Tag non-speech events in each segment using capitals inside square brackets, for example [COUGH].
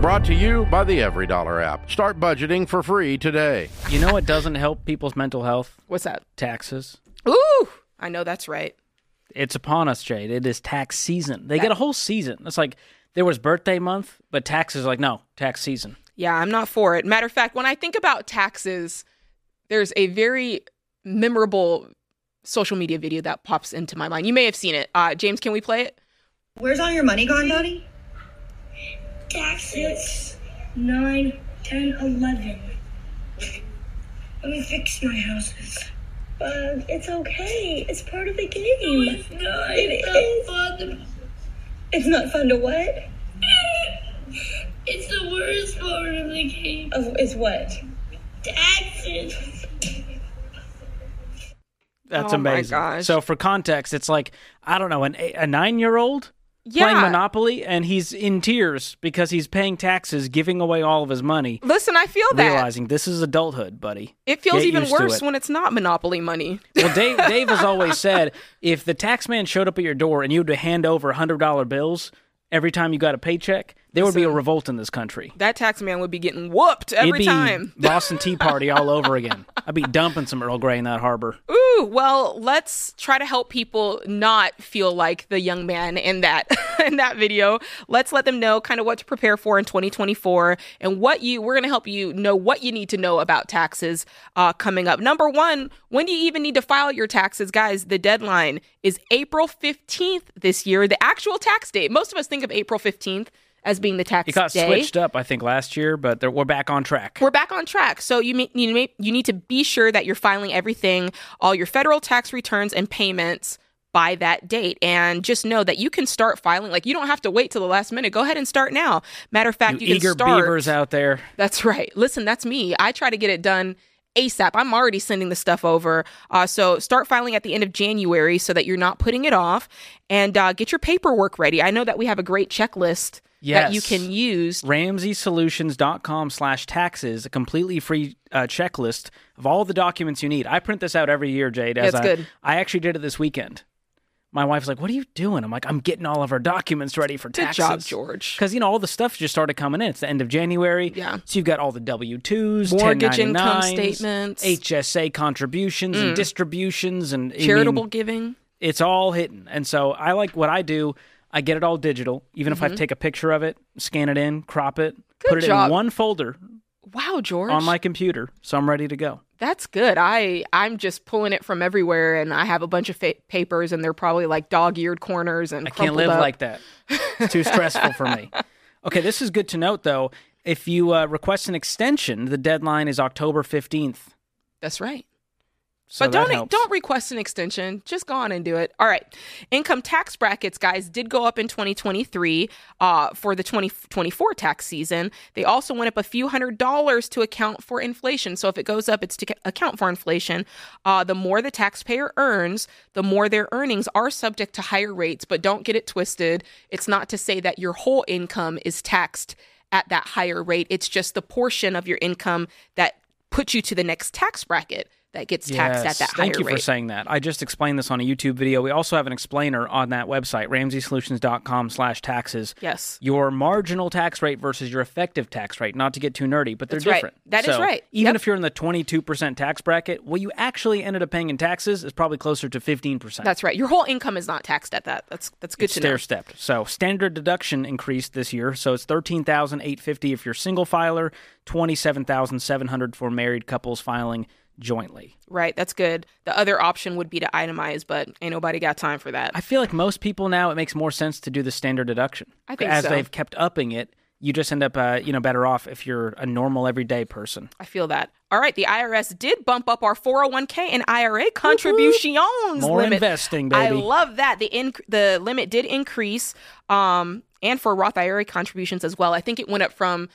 Brought to you by the Every Dollar app. Start budgeting for free today. You know what doesn't help people's mental health? What's that? Taxes. Ooh, I know that's right. It's upon us, Jade. It is tax season. They get a whole season. It's like there was birthday month, but taxes are like, no, tax season. Yeah, I'm not for it. Matter of fact, when I think about taxes, there's a very memorable social media video that pops into my mind. You may have seen it. Uh, James, can we play it? Where's all your money gone, Dottie? Taxes. Nine, ten, eleven. Let me fix my houses. But it's okay. It's part of the game. it's not. It's not fun. It's not fun to what? It's the worst part of the game. Of is what? Taxes. That's Oh my amazing. gosh. So for context, it's like I don't know an eight, a nine year old playing Yeah. Monopoly, and he's in tears because he's paying taxes, giving away all of his money, Listen, I feel that. realizing this is adulthood, buddy. it feels Get even used to it. worse when it's not Monopoly money. Well, Dave, Dave has always said if the tax man showed up at your door and you had to hand over hundred dollar bills every time you got a paycheck, there would be a revolt in this country. That tax man would be getting whooped It'd every be time. [LAUGHS] Boston Tea Party all over again. I'd be dumping some Earl Grey in that harbor. Ooh, well, let's try to help people not feel like the young man in that [LAUGHS] in that video. Let's let them know kind of what to prepare for in 2024 and what you we're going to help you know what you need to know about taxes uh, coming up. Number one, when do you even need to file your taxes, guys? The deadline is April 15th this year, the actual tax date. Most of us think of April 15th as being the tax It got day. switched up, I think, last year, but they're- we're back on track. We're back on track. So you may, you, may, you need to be sure that you're filing everything, all your federal tax returns and payments by that date. And just know that you can start filing. Like you don't have to wait till the last minute. Go ahead and start now. Matter of fact, you, Eager can start. beavers out there. That's right. Listen, that's me. I try to get it done ASAP. I'm already sending the stuff over. Uh, so start filing at the end of January so that you're not putting it off and uh, get your paperwork ready. I know that we have a great checklist that you Yes. can use RamseySolutions.com slash taxes, a completely free uh, checklist of all the documents you need. I print this out every year, Jade. As That's I, good. I actually did it this weekend. My wife's like, What are you doing? I'm like, I'm getting all of our documents ready for Good taxes. job, George. Because, you know, all the stuff just started coming in. It's the end of January. Yeah. So you've got all the W 2s, Mortgage income statements. Mm. HSA contributions and distributions, and I mean, Charitable giving. it's all hidden. And so I like what I do. I get it all digital, even if I take a picture of it, scan it in, crop it, put it in Mm-hmm. job. one folder Wow, George. on my computer, so I'm ready to go. That's good. I I'm just pulling it from everywhere, and I have a bunch of fa- papers, and they're probably like dog-eared corners and I can't live like that. It's too stressful for [LAUGHS] me. Okay, this is good to note though. If you uh, request an extension, the deadline is October 15th. That's right. So but that don't e-, helps. don't request an extension. Just go on and do it. All right. Income tax brackets, guys, did go up in 2023 uh, for the 2024 tax season. They also went up a few hundred dollars to account for inflation. So if it goes up, it's to ca- account for inflation. Uh, the more the taxpayer earns, the more their earnings are subject to higher rates. But don't get it twisted. It's not to say that your whole income is taxed at that higher rate. It's just the portion of your income that put you to the next tax bracket that gets taxed Yes, at that Thank higher you for rate. saying that. I just explained this on a YouTube video. We also have an explainer on that website, ramseysolutions.com slash taxes. Yes. Your marginal tax rate versus your effective tax rate, not to get too nerdy, but they're That's right. different. That is So, right. Even Yep. if you're in the 22% tax bracket, what you actually ended up paying in taxes is probably closer to 15%. That's right. Your whole income is not taxed at that. That's that's good to know. stair stepped. So standard deduction increased this year. So it's thirteen thousand eight fifty if you're single filer, twenty seven thousand seven hundred for married couples filing jointly. Right. That's good. The other option would be to itemize, but ain't nobody got time for that. I feel like most people now it makes more sense to do the standard deduction. I think as so. they've kept upping it, you just end up uh, you know better off if you're a normal everyday person. I feel that. All right, the IRS did bump up our 401k and IRA contributions More limit. investing, I baby. love that. The in- the limit did increase um and for Roth IRA contributions as well. I think it went up from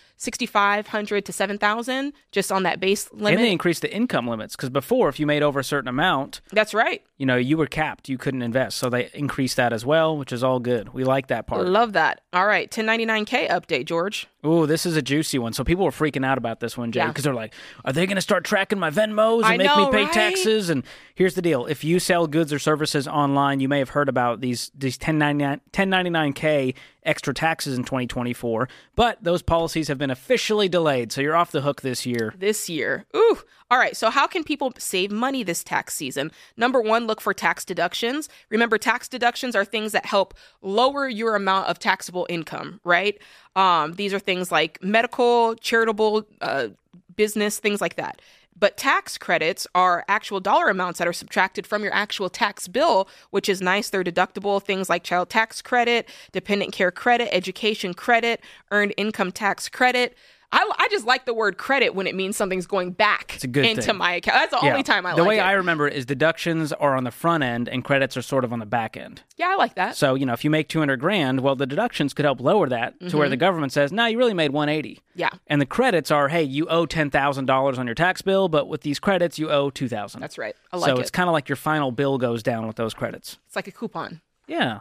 6500 to 7000 just on that base limit. And they increased the income limits because before, if you made over a certain amount, That's right. you know you were capped, you couldn't invest. So they increased that as well, which is all good. We like that part. Love that. All right, 1099K update, George. Ooh, this is a juicy one. So people were freaking out about this one, Jay, Yeah. because they're like, "Are they going to start tracking my Venmos and I make know, me pay right? taxes?" And here's the deal: if you sell goods or services online, you may have heard about these these 1099 1099k extra taxes in 2024, but those policies have been officially delayed, so you're off the hook this year. this year. Ooh. All right. So, how can people save money this tax season? Number one, look for tax deductions. Remember, tax deductions are things that help lower your amount of taxable income, right? Um, these are things like medical, charitable, uh, business, things like that. But tax credits are actual dollar amounts that are subtracted from your actual tax bill, which is nice. They're deductible. Things like child tax credit, dependent care credit, education credit, earned income tax credit. I, I just like the word credit when it means something's going back a good into thing. my account. That's the only time I the like way it. I remember it is deductions are on the front end and credits are sort of on the back end. yeah, I like that. So you know, if you make 200 grand, well, the deductions could help lower that to where the government says, "No, you really made 180." Mm-hmm. Yeah. And the credits are, hey, you owe ten thousand dollars on your tax bill, but with these credits, you owe two thousand. That's right. I like so it. it's kind of like your final bill goes down with those credits. It's like a coupon. Yeah.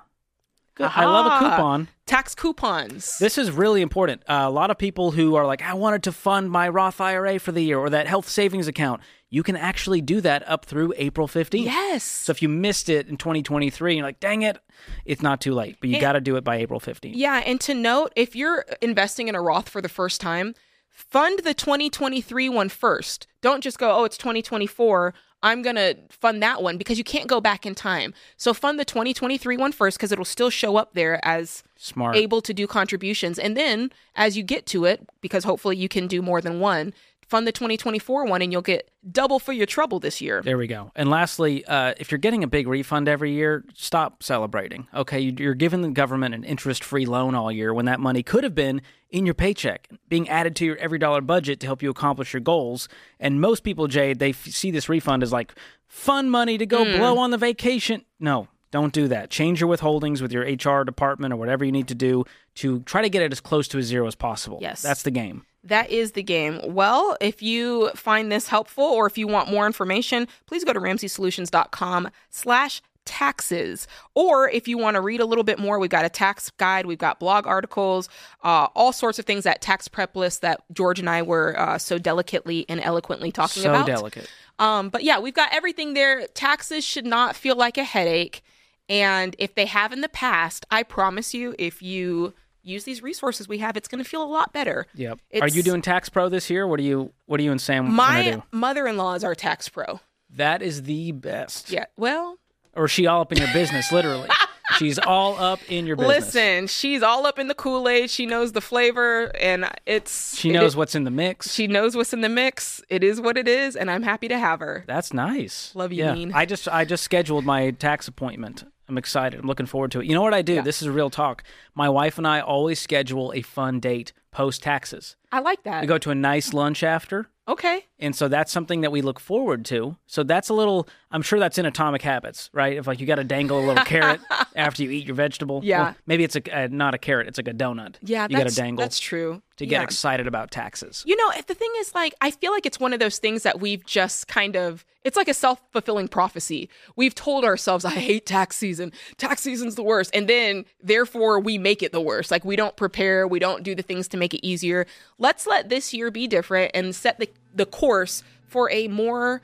Good. I love a Aha. coupon. Tax coupons. This is really important. Uh, a lot of people who are like, I wanted to fund my Roth IRA for the year or that health savings account. You can actually do that up through April 15th. yes. So if you missed it in 2023 and you're like, dang it, it's not too late, but you got to do it by April 15th. Yeah, and to note, if you're investing in a Roth for the first time, fund the 2023 one first. Don't just go, oh, it's 2024. I'm going to fund that one because you can't go back in time. So fund the 2023 one first because it'll still show up there as Smart. able to do contributions. And then as you get to it, because hopefully you can do more than one, fund the 2024 one and you'll get double for your trouble this year. There we go. And lastly, uh, if you're getting a big refund every year, stop celebrating. Okay, You- you're giving the government an interest-free loan all year when that money could have been in your paycheck, being added to your every dollar budget to help you accomplish your goals. And most people, Jade, they f- see this refund as like fun money to Hmm. go blow on the vacation. No. Don't do that. Change your withholdings with your HR department or whatever you need to do to try to get it as close to a zero as possible. Yes. That's the game. That is the game. Well, if you find this helpful or if you want more information, please go to ramseysolutions.com slash taxes. Or if you want to read a little bit more, we've got a tax guide, we've got blog articles, uh, all sorts of things that tax prep list that George and I were uh, so delicately and eloquently talking So about. delicate. Um, but yeah, we've got everything there. Taxes should not feel like a headache. And if they have in the past, I promise you, if you use these resources we have, it's going to feel a lot better. Yep. Are It's- you doing tax pro this year? What are you What are you and Sam gonna do? My mother in law is our tax pro. That is the best. Yeah. Well, Or she all up in your business, literally. [LAUGHS] She's all up in your business. listen, she's all up in the Kool Aid. She knows the flavor, and it's She it knows is- what's in the mix. she knows what's in the mix. It is what it is, and I'm happy to have her. That's nice. Love you, yeah. Dean. I just I just scheduled my tax appointment. I'm excited. I'm looking forward to it. You know what I do? This is real talk. My wife and I always schedule a fun date post taxes. I like that. We go to a nice lunch after. okay. And so that's something that we look forward to. So that's a little, I'm sure that's in Atomic Habits, right? If like you got to dangle a [LAUGHS] little carrot after you eat your vegetable. Yeah. Well, maybe it's a, uh, not a carrot, it's like a donut. Yeah, You got that's to dangle that's true. to get Yeah. excited about taxes. You know, if the thing is, like, I feel like it's one of those things that we've just kind of, it's like a self fulfilling prophecy. We've told ourselves, I hate tax season. Tax season's the worst. And then, therefore, we make it the worst. Like, we don't prepare, we don't do the things to make it easier. Let's let this year be different and set the, the course for a more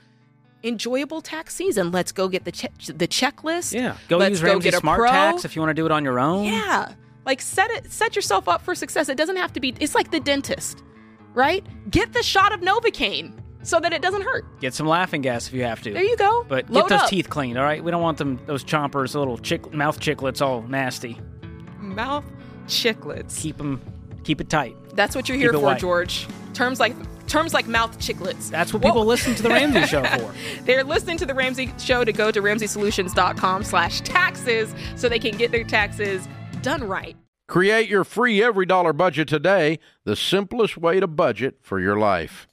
enjoyable tax season. Let's go get the, che- the checklist. Yeah. Go Let's use Ramsey get a Smart pro. Tax if you want to do it on your own. Yeah. Like set it set yourself up for success. It doesn't have to be it's like the dentist, right? Get the shot of Novocaine so that it doesn't hurt. Get some laughing gas if you have to. There you go. But Load get those up. teeth cleaned, all right? We don't want them, those chompers, little chick, mouth chiclets all nasty. Mouth chiclets. Keep them, keep it tight. That's what you're here keep it for, white. George. Terms like terms like mouth chiclets. That's what Whoa. people listen to the Ramsey show for. [LAUGHS] They're listening to the Ramsey show to go to RamseySolutions.com slash taxes so they can get their taxes done right. Create your free every dollar budget today, the simplest way to budget for your life.